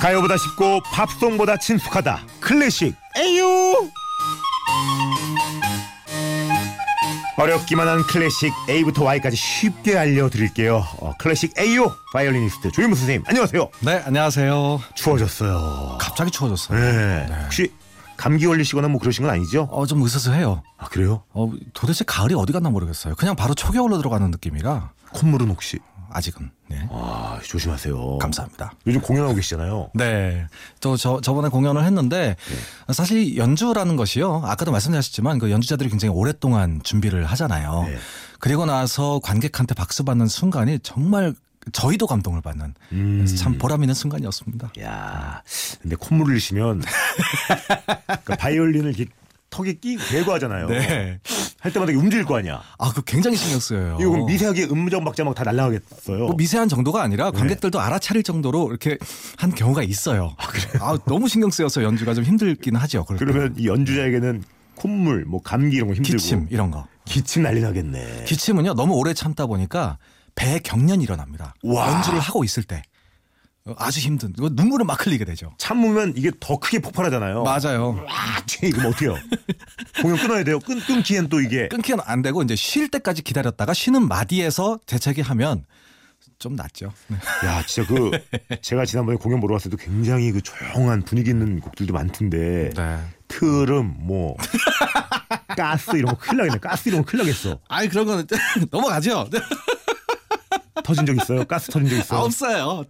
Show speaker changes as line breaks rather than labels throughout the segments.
가요보다 쉽고 팝송보다 친숙하다 클래식 에유 어렵기만 한 클래식 A부터 Y까지 쉽게 알려드릴게요 어, 클래식 에유 바이올리니스트 조윤무 선생님 안녕하세요
네, 안녕하세요.
추워졌어요
갑자기 추워졌어요.
네. 혹시 감기 걸리시거나 뭐 그러신 건 아니죠?
어, 좀 으스스해요.
아 그래요?
어, 도대체 가을이 어디 갔나 모르겠어요. 그냥 바로 초겨울로 들어가는 느낌이라
콧물은 혹시?
아직은. 네.
아 조심하세요
감사합니다.
요즘 공연하고 계시잖아요
네. 저, 저, 저번에 공연을 했는데,
네.
사실 연주라는 것이요. 아까도 말씀하셨지만, 그 연주자들이 굉장히 오랫동안 준비를 하잖아요.
네.
그리고 나서 관객한테 박수 받는 순간이 정말 저희도 감동을 받는
음.
그래서 참 보람 있는 순간이었습니다.
야, 근데 콧물을 흘리시면 그러니까 바이올린을 이렇게 턱에 끼 대고 하잖아요.
네.
할 때마다 이게 움직일 거 아니야.
아, 그 굉장히 신경 쓰여요.
어. 이거 그럼 미세하게 음정 박자 막 다 날라가겠어요.
어. 뭐 미세한 정도가 아니라 관객들도 알아차릴 정도로 이렇게 한 경우가 있어요. 아, 너무 신경 쓰여서 연주가 좀 힘들긴 하죠. 그럴 때는.
그러면 이 연주자에게는 콧물, 뭐 감기 이런 거 힘들고
기침 이런 거.
기침 난리 나겠네.
기침은요 너무 오래 참다 보니까 배 경련이 일어납니다.
와.
연주를 하고 있을 때 어, 아주 힘든 이거 눈물을 막 흘리게 되죠.
참으면 이게 더 크게
어.
폭발하잖아요.
맞아요.
아, 이거 어때요? 공연 끊어야 돼요. 끊 끊기엔 또 이게
끊기는 안 되고 이제 쉴 때까지 기다렸다가 쉬는 마디에서 재채기 하면 좀 낫죠. 네.
야, 진짜 그 제가 지난번에 공연 보러 갔을 때도 굉장히 그 조용한 분위기 있는 곡들도 많던데
네.
트름 뭐 가스 이런 거 큰일 나겠네 가스 이런 거 큰일 나겠어
아니 그런 거는 넘어가죠.
터진 적 있어요 가스 터진 적
아,
있어요
없어요.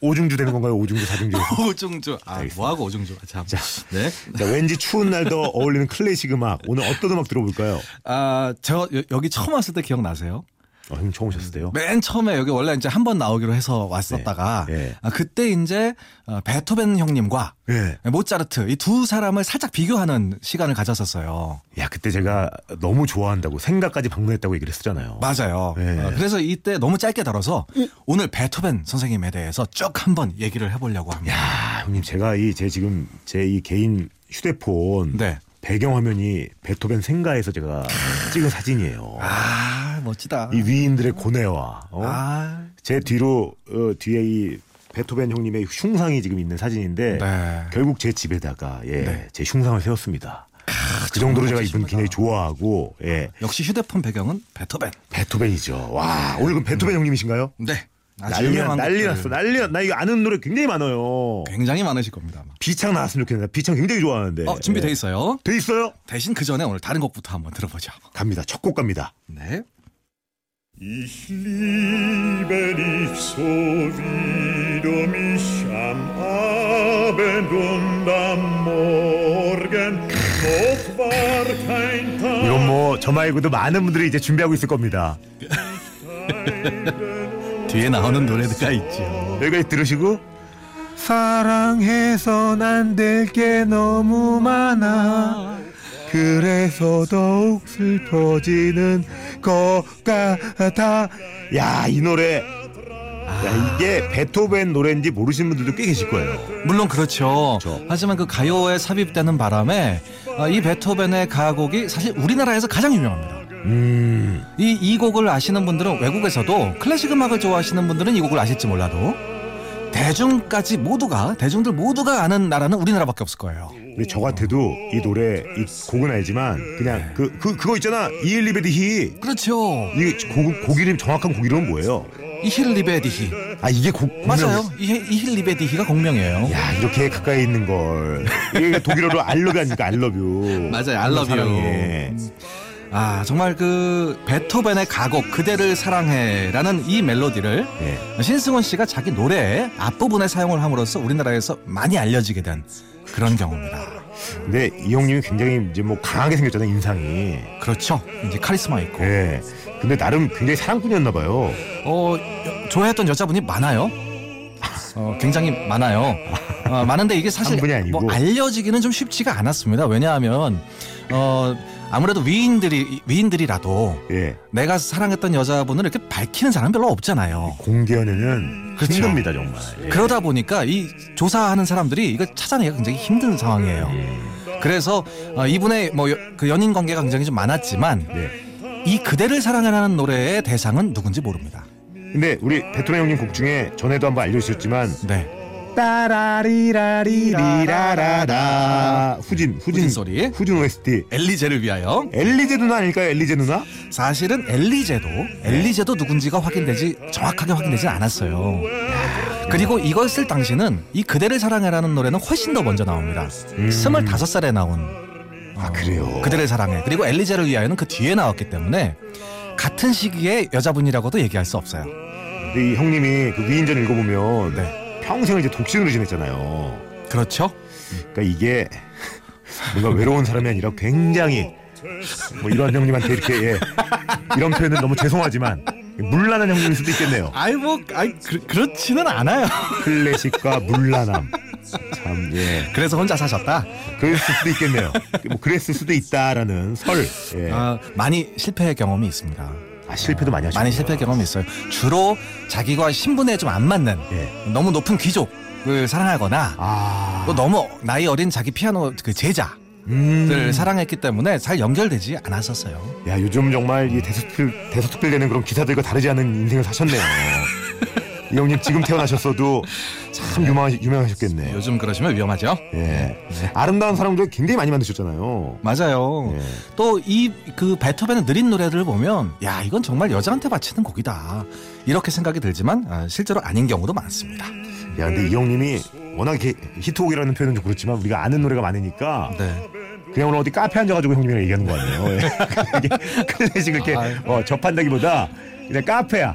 오중주 되는 건가요 오중주 사중주
오중조. 아 뭐하고 오중조. 참. 네.
자, 왠지 추운 날 더 어울리는 클래식 음악 오늘 어떤 음악 들어볼까요
아, 저 여- 여기 처음 왔을 때 기억나세요?
어, 형 처음 오셨을 때요
맨 처음에 여기 원래 이제 한 번 나오기로 해서 왔었다가
네, 네.
아, 그때 이제 어, 베토벤 형님과
예.
모차르트 이 두 사람을 살짝 비교하는 시간을 가졌었어요.
야 그때 제가 너무 좋아한다고 생각까지 방문했다고 얘기를 했잖아요
맞아요.
네.
어, 그래서 이때 너무 짧게 다뤄서 오늘 베토벤 선생님에 대해서 쭉 한번 얘기를 해보려고 합니다.
야 형님 제가 이 제 지금 제 이 개인 휴대폰
네.
배경화면이 베토벤 생가에서 제가 찍은 사진이에요
아 멋지다.
이 위인들의 고뇌와 어?
아,
제 뒤로 어, 뒤에 이 베토벤 형님의 흉상이 지금 있는 사진인데
네.
결국 제 집에다가 예,
네. 아,
제 흉상을 세웠습니다. 그 정도로 제가 이분
멋지십니다.
굉장히 좋아하고 예.
역시 휴대폰 배경은 베토벤.
베토벤이죠. 와 오늘 그 베토벤 형님이신가요?
네. 아주
난리
유명한 네.
난리
곡들
났어 난리 났나 이거 아는 노래 굉장히 많아요.
굉장히 많으실 겁니다. 아마.
비창 나왔으면 좋겠는데 비창 굉장히 좋아하는데.
어, 준비돼
예.
있어요.
돼 있어요?
대신 그 전에 오늘 다른 곡부터 한번 들어보죠.
갑니다. 첫 곡 갑니다.
네.
Ich liebe dich so, wie du mich am Abend und am Morgen noch war kein Tag.
이건 뭐 저 말고도 많은 분들이 이제 준비하고 있을 겁니다.
뒤에 나오는 노래가 있죠.
여기까지 들으시고 사랑해서 안 될 게 너무 많아 그래서 더욱 슬퍼지는 것 같아 야 이 노래 야, 이게 베토벤 노래인지 모르시는 분들도 꽤 계실 거예요
물론 그렇죠.
그렇죠.
하지만 그 가요에 삽입되는 바람에 아, 이 베토벤의 가곡이 사실 우리나라에서 가장 유명합니다.
음
이, 이 곡을 아시는 분들은 외국에서도 클래식 음악을 좋아하시는 분들은 이 곡을 아실지 몰라도 대중까지 모두가 대중들 모두가 아는 나라는 우리나라밖에 없을 거예요.
근데 저 같아도 이 노래 이 곡은 알지만 그냥 그, 그 그거 있잖아 이엘리베디히
그렇죠.
이 곡, 곡 이름 정확한 곡 이름은 뭐예요?
이힐리베디히
아 이게 곡 곡
맞아요. 이히- 이힐리베디히가 공명이에요.
야 이렇게 가까이 있는 걸 이게 독일어로 알러뷰 아닙니까 알러뷰
맞아요, I love you. 아 정말 그 베토벤의 가곡 그대를 사랑해라는 이 멜로디를
예.
신승원 씨가 자기 노래의 앞부분에 사용을 함으로써 우리나라에서 많이 알려지게 된 그런 경우입니다.
근데 이 형님이 굉장히 이제 뭐 강하게 생겼잖아요 인상이
그렇죠. 이제 카리스마 있고.
예 근데 나름 굉장히 사랑꾼이었나 봐요
어, 여- 좋아했던 여자분이 많아요. 어, 굉장히 많아요. 어, 많은데 이게 사실
한 분이 아니고.
뭐 알려지기는 좀 쉽지가 않았습니다. 왜냐하면 어, 아무래도 위인들이 위인들이라도
예
내가 사랑했던 여자분을 이렇게 밝히는 사람 은 별로 없잖아요.
공개 연애는
그렇죠.
힘듭니다 정말 예.
그러다 보니까 이 조사하는 사람들이 이거 찾아내기가 굉장히 힘든 상황이에요.
예.
그래서 어, 이분의 뭐 그 연인 관계가 굉장히 좀 많았지만
예.
이 그대를 사랑하라는 노래의 대상은 누군지 모릅니다.
근데 우리 베토벤 형님 곡 중에 전에도 한번 알려주셨지만
네.
따라리라리리라라라 후진
후진 소리.
후진 OST
엘리제를 위하여
엘리제 누나 아닐까요 엘리제 누나
사실은 엘리제도 엘리제도 누군지가 확인되지 정확하게 확인되진 않았어요. 그리고 이걸 쓸 당시는 이 그대를 사랑해라는 노래는 훨씬 더 먼저 나옵니다. 스물다섯 살에 나온
아 그래요
그대를 사랑해 그리고 엘리제를 위하여는 그 뒤에 나왔기 때문에 같은 시기에 여자분이라고도 얘기할 수 없어요.
근데 이 형님이 그 위인전 읽어보면
네.
평생을 이제 독신으로 지냈잖아요
그렇죠?
그러니까 이게 뭔가 외로운 사람이 아니라 굉장히 뭐 이런 형님한테 이렇게 예. 이런 표현은 너무 죄송하지만 물란한 형님일 수도 있겠네요
아이 뭐 아이 그, 그렇지는 않아요.
클래식과 물란함 참예
그래서 혼자 사셨다.
그랬을 수도 있겠네요 뭐 그랬을 수도 있다라는 설 예.
아, 많이 실패의 경험이 있습니다.
아 실패도 많이 하시고
많이 실패 경험이 있어요. 주로 자기가 신분에 좀 안 맞는
예.
너무 높은 귀족을 사랑하거나
아
또 너무 나이 어린 자기 피아노 그 제자를
음.
사랑했기 때문에 잘 연결되지 않았었어요.
야 요즘 정말 이 대서특필 대서특필되는 그런 기사들과 다르지 않은 인생을 사셨네요. 이 형님 지금 태어나셨어도
네.
참 유망 유명하셨겠네.
요즘 그러시면 위험하죠.
예,
네.
아름다운 사람들 굉장히 많이 만드셨잖아요.
맞아요.
예.
또 이 그 베토벤의 느린 노래들을 보면 야 이건 정말 여자한테 바치는 곡이다 이렇게 생각이 들지만 아, 실제로 아닌 경우도 많습니다.
야
네.
근데 이 형님이 워낙 이렇게 히트곡이라는 표현은 좀 그렇지만 우리가 아는 노래가 많으니까
네.
그냥 오늘 어디 카페 앉아가지고 형님이랑 얘기하는 것 같네요. 예. 이게 클래식 이렇게
아유.
어, 접한다기보다 그냥 카페야.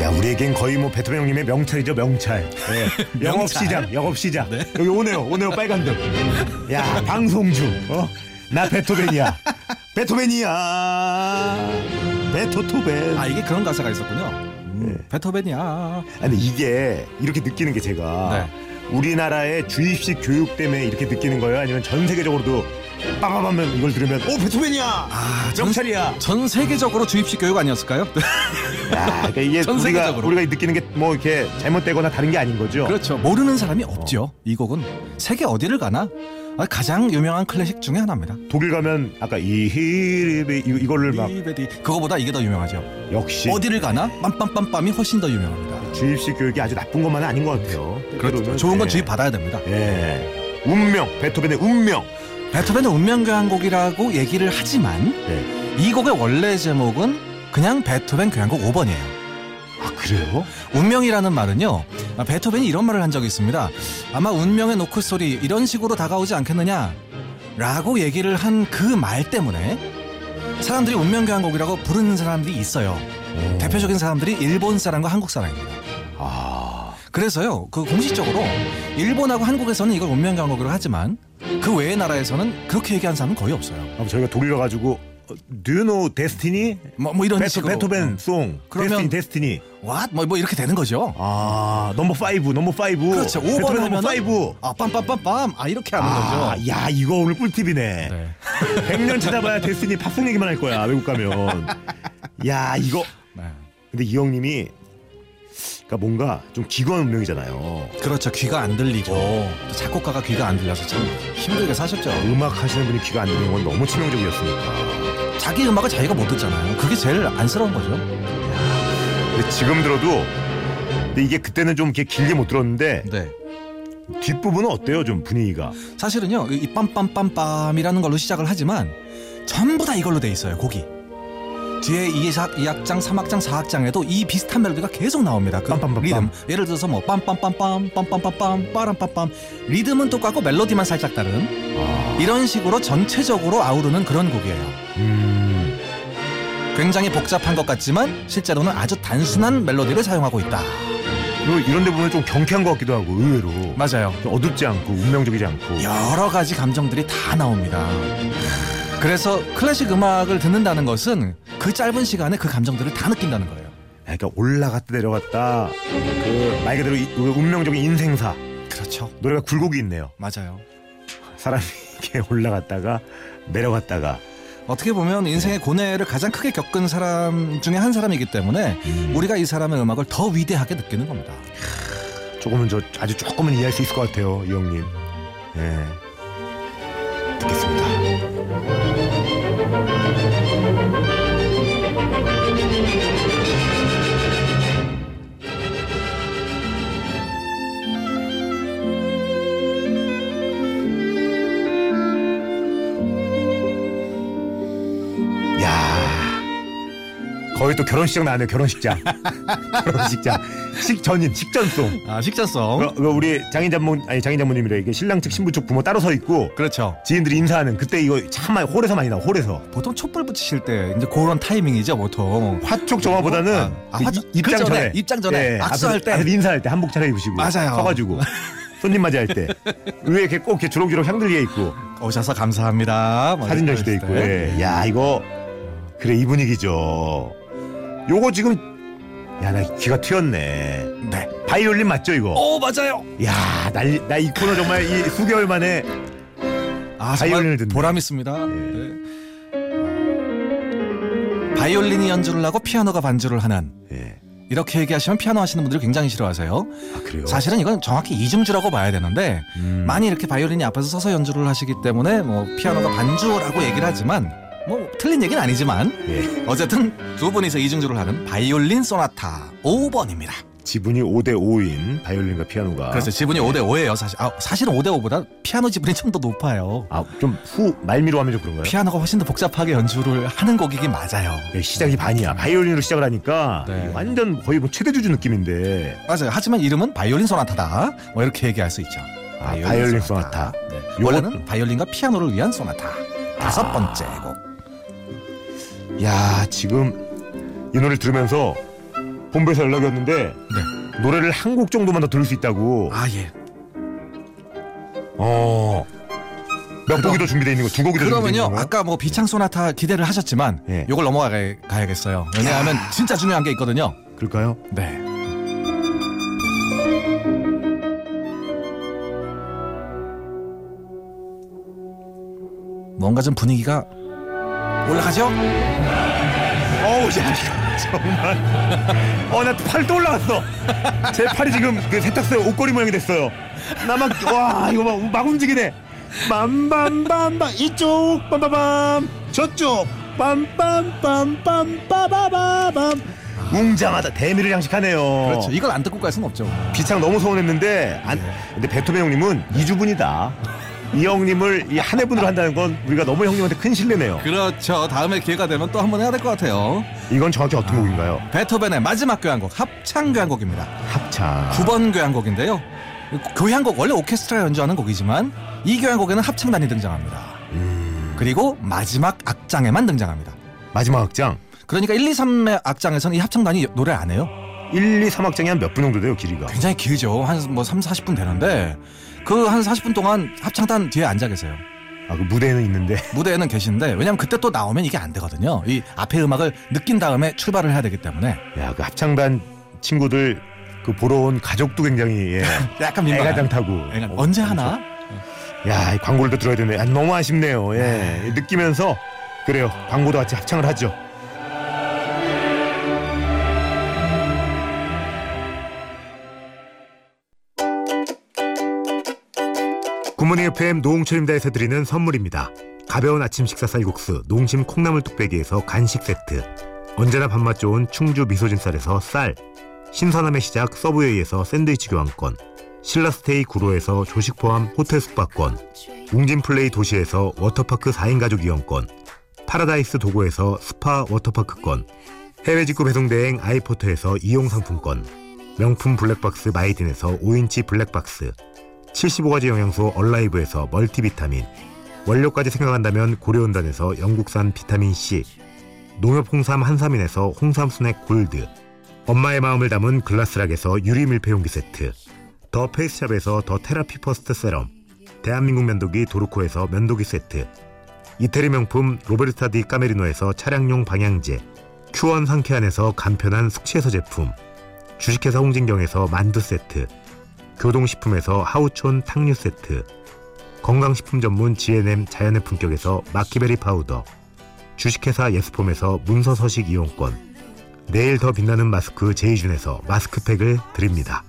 야, 우리에겐 거의 뭐 베토벤 형님의 명찰이죠, 명찰. 예. 영업
명찰?
시장, 영업 시장. 여기 오네요, 오네요, 빨간등. 야, 방송 중. 어? 나 베토벤이야. 베토벤이야. 베토토벤.
아 이게 그런 가사가 있었군요. 음, 베토벤이야.
예. 아니 이게 이렇게 느끼는 게 제가
네.
우리나라의 주입식 교육 때문에 이렇게 느끼는 거예요? 아니면 전 세계적으로도 빠바밤면 이걸 들으면 오 베토벤이야,
아,
아, 명찰이야. 네.
전 세계적으로 주입식 교육 아니었을까요?
야, 그러니까 이게
전
우리가
세계적으로.
우리가 느끼는 게 뭐 이렇게 잘못되거나 다른 게 아닌 거죠?
그렇죠. 모르는 사람이 없죠. 이 곡은 세계 어디를 가나 아, 가장 유명한 클래식 중에 하나입니다.
독일 가면 아까 이 히리비 이- 이거를 막
리베디. 네. 그거보다 이게 더 유명하죠.
역시
어디를 가나 빰빰빰빰이 훨씬 더 유명합니다.
주입식 교육이 아주 나쁜 것만은 아닌 것 같아요.
그렇죠.
때로는,
좋은 건
예.
주입 받아야 됩니다.
예. 운명 베토벤의 운명.
베토벤의 운명교향곡이라고 얘기를 하지만
예.
이 곡의 원래 제목은 그냥 베토벤 교향곡 5번이에요.
아 그래요?
운명이라는 말은요 아, 베토벤이 이런 말을 한 적이 있습니다 아마 운명의 노크 소리 이런 식으로 다가오지 않겠느냐 라고 얘기를 한 그 말 때문에 사람들이 운명교향곡이라고 부르는 사람들이 있어요
오.
대표적인 사람들이 일본 사람과 한국 사람입니다
아
그래서요 그 공식적으로 일본하고 한국에서는 이걸 운명교향곡으로 하지만 그 외의 나라에서는 그렇게 얘기한 사람은 거의 없어요
그럼 저희가 독일 가가지고 어, Do you know Destiny?
뭐, 뭐 이런
베토,
식으로
베토벤 송
그러면-
데스티니 데스티니
왓? 뭐, 뭐 이렇게 되는 거죠
아 넘버 파이브 넘버 파이브
그렇죠 5번
베토벤 넘버
하면
파이브
아 빰빰빰빰 아 이렇게 하는 거죠
아야 이거 오늘 꿀팁이네
네.
100년 찾아봐야 데스티니 팝송 얘기만 할 거야 외국 가면 야 이거
네.
근데 이 형님이 그러니까 뭔가 좀 기구한 운명이잖아요
그렇죠. 귀가 안 들리고 또 작곡가가 귀가 안 들려서 참 힘들게 사셨죠.
음악 하시는 분이 귀가 안 들리는 건 너무 치명적이었으니까
자기 음악을 자기가 못 듣잖아요. 그게 제일 안쓰러운 거죠.
근데 지금 들어도 근데 이게 그때는 좀 이렇게 길게 못 들었는데
네.
뒷부분은 어때요 좀 분위기가
사실은요. 이 빰빰빰빰이라는 걸로 시작을 하지만 전부 다 이걸로 돼 있어요. 곡이. 뒤에 이악이악장삼악장사악장에도이 비슷한 멜로디가 계속 나옵니다. 그
빰빰빰빰.
리듬. 예를 들어서 뭐 빰빰빰빰 빰빰빰빰 빠람빰빰 리듬은 똑같고 멜로디만 살짝 다른
아,
이런 식으로 전체적으로 아우르는 그런 곡이에요.
음...
굉장히 복잡한 것 같지만 실제로는 아주 단순한 멜로디를 사용하고 있다.
요- 뭐 이런 데 보면 좀 경쾌한 것 같기도 하고 의외로
맞아요.
좀 어둡지 않고 운명적이지 않고
여러 가지 감정들이 다 나옵니다. 그래서 클래식 음악을 듣는다는 것은 그 짧은 시간에 그 감정들을 다 느낀다는 거예요.
그러니까 올라갔다 내려갔다 그 말 그대로 이- 그 운명적인 인생사
그렇죠.
노래가 굴곡이 있네요.
맞아요.
사람이 이렇게 올라갔다가 내려갔다가
어떻게 보면 인생의 고뇌를 가장 크게 겪은 사람 중에 한 사람이기 때문에 우리가 이 사람의 음악을 더 위대하게 느끼는 겁니다.
조금은 저 아주 조금은 이해할 수 있을 것 같아요, 이 형님. 예. 듣겠습니다. 야, 거의 또 결혼식장 나네요 결혼식장 결혼식장 식전인 식전송
아, 식자성.
그, 그 우리 장인 장모 아니 장인 장모님이래 이게 신랑 측 신부 측 부모 따로 서 있고
그렇죠.
지인들이 인사하는 그때 이거 참 많이 홀에서 많이 나와 홀에서
보통 촛불 붙이실 때 이제 그런 타이밍이죠, 보통.
화촉 정화보다는
아, 아,
그
화촉-
입- 입장
그 전에,
전에 예,
입장 전에 악수할
앞에서-
때.
앞에서 인사할 때 한복 차려입으시고
맞아요.
서가지고 손님 맞이할 때 위에 이렇게 꼭 이렇게 주렁주렁 향들게 있고
오셔서 감사합니다. 뭐
사진
이렇게
전시도 있고
했을 때.
예. 야 이거 그래 이 분위기죠 요거 지금 야 나 귀가 트였네
네. 어?
바이올린 맞죠 이거
오, 맞아요.
야 나 이 코너 정말 이 수개월 만에
아,
바이올린을
정말
듣네. 예.
보람 있습니다. 네. 바이올린이 연주를 하고 피아노가 반주를 하는
예.
이렇게 얘기하시면 피아노 하시는 분들이 굉장히 싫어하세요.
아 그래요
사실은 이건 정확히 이중주라고 봐야 되는데
음.
많이 이렇게 바이올린이 앞에서 서서 연주를 하시기 때문에 뭐 피아노가 반주라고 얘기를 하지만 뭐 틀린 얘기는 아니지만
예,
어쨌든 두 분이서 이중주를 하는 바이올린 소나타 5번입니다.
지분이 5대 5인 바이올린과 피아노가
그래서 지분이 5대 5예요. 사실 아, 사실은 5대 5보다 피아노 지분이 좀 더 높아요.
아좀 후 말미로 하면 좀 그런가요?
피아노가 훨씬 더 복잡하게 연주를 하는 곡이긴 맞아요.
예, 시작이 반이야 바이올린으로 시작을 하니까
네.
완전 거의 뭐 최대 주주 느낌인데
맞아요. 하지만 이름은 바이올린 소나타다. 뭐 이렇게 얘기할 수 있죠.
아, 바이올린 소나타.
네.
요거- 아.
원래는 바이올린과 피아노를 위한 소나타. 다섯 번째 곡.
야 지금 이 노래를 들으면서 본부에서 연락이 왔는데
네.
노래를 한 곡 정도만 더 들을 수 있다고
아 예.
어. 몇 곡이 더 준비되어 있는 거, 두 곡이 더 준비되어 있는
그러면요
거.
아까 뭐 비창 소나타 기대를 하셨지만
예.
요걸 넘어가야겠어요 왜냐하면 진짜 중요한 게 있거든요
그럴까요?
네 뭔가 좀 분위기가 올라가죠?
어우, 야, 정말. 어, 나 팔도 올라갔어. 제 팔이 지금 그 세탁소에 옷걸이 모양이 됐어요. 나 막, 와, 이거 막, 막 움직이네. 빰빰빰빰, 이쪽, 빰빰빰, 저쪽, 빰빰빰빰빰빠바밤. 웅장하다, 대미를 장식하네요.
그렇죠 이걸 네. 안 듣고 갈 수는 없죠
비창 너무 서운했는데, 안, 근데 베토벤 형님은 이주분이다. 이 형님을 이 한 해분으로 한다는 건 우리가 너무 형님한테 큰 신뢰네요.
그렇죠 다음에 기회가 되면 또 한 번 해야 될 것 같아요
이건 정확히 어떤 곡인가요?
베토벤의 마지막 교향곡 합창 교향곡입니다
합창.
9번 교향곡인데요. 교향곡 원래 오케스트라 연주하는 곡이지만 이 교향곡에는 합창단이 등장합니다. 그리고 마지막 악장에만 등장합니다.
마지막 악장.
그러니까 1, 2, 3의 악장에서는 이 합창단이 노래 안 해요.
1, 2, 3학장이 한 몇 분 정도 돼요, 길이가?
굉장히 길죠. 한 뭐 3, 40분 되는데 그 한 40분 동안 합창단 뒤에 앉아 계세요.
아, 그 무대에는 있는데.
무대에는 계신데 왜냐면 그때 또 나오면 이게 안 되거든요. 이 앞에 음악을 느낀 다음에 출발을 해야 되기 때문에
야, 그 합창단 친구들 그 보러 온 가족도 굉장히 예,
약간 민망해요.
애가장 타고.
애가-
어,
그러니까 언제 하나?
야, 이 광고를 또 들어야 되네. 아, 너무 아쉽네요. 예. 느끼면서 그래요. 광고도 같이 합창을 하죠. 굿모닝 FM 노홍철입니다에서 드리는 선물입니다. 가벼운 아침 식사 쌀국수 농심 콩나물 뚝배기에서 간식 세트 언제나 밥맛 좋은 충주 미소진 쌀에서 쌀 신선함의 시작 서브웨이에서 샌드위치 교환권 신라스테이 구로에서 조식 포함 호텔 숙박권 웅진플레이 도시에서 워터파크 4인 가족 이용권 파라다이스 도고에서 스파 워터파크권 해외 직구 배송대행 아이포터에서 이용상품권 명품 블랙박스 마이딘에서 5인치 블랙박스 75가지 영양소 얼라이브에서 멀티비타민 원료까지 생각한다면 고려온단에서 영국산 비타민C 농협 홍삼 한삼인에서 홍삼 스낵 골드 엄마의 마음을 담은 글라스락에서 유리 밀폐용기 세트 더 페이스샵에서 더 테라피 퍼스트 세럼 대한민국 면도기 도르코에서 면도기 세트 이태리 명품 로베르타 디 까메리노에서 차량용 방향제 큐원 상쾌한에서 간편한 숙취해소 제품, 주식회사 홍진경에서 만두 세트, 교동식품에서 하우촌 탕류 세트, 건강식품 전문 G&M 자연의 품격에서 마키베리 파우더, 주식회사 예스폼에서 문서 서식 이용권, 내일 더 빛나는 마스크 제이준에서 마스크팩을 드립니다.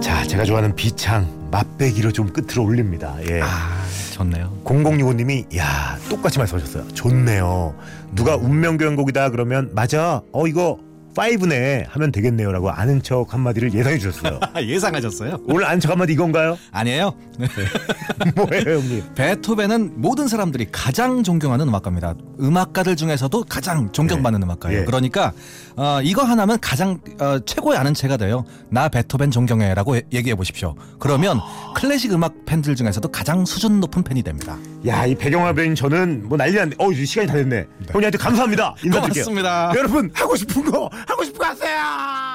자, 제가 좋아하는 비창 맛배기로 좀 끝으로 올립니다. 예.
아, 좋네요.
0065님이 야 똑같이 말씀하셨어요. 좋네요. 누가 운명교향곡이다 그러면 맞아. 어 이거 5네 하면 되겠네요라고 아는 척 한마디를 예상해 주셨어요.
아, 예상하셨어요?
오늘 아는 척 한마디 이건가요?
아니에요.
네. 뭐예요 형님?
베토벤은 모든 사람들이 가장 존경하는 음악가입니다. 음악가들 중에서도 가장 존경받는 음악가예요.
예.
그러니까 어, 이거 하나면 가장 어, 최고의 아는 체가 돼요. 나 베토벤 존경해라고 예- 얘기해 보십시오. 그러면
아.
클래식 음악 팬들 중에서도 가장 수준 높은 팬이 됩니다.
야이 배경화면 저는 뭐 난리 났네. 어 이제 시간이 다 됐네. 형님한테 감사합니다. 인사드릴게요.
고맙습니다.
여러분 하고 싶은 거 하고 싶은 거 하세요.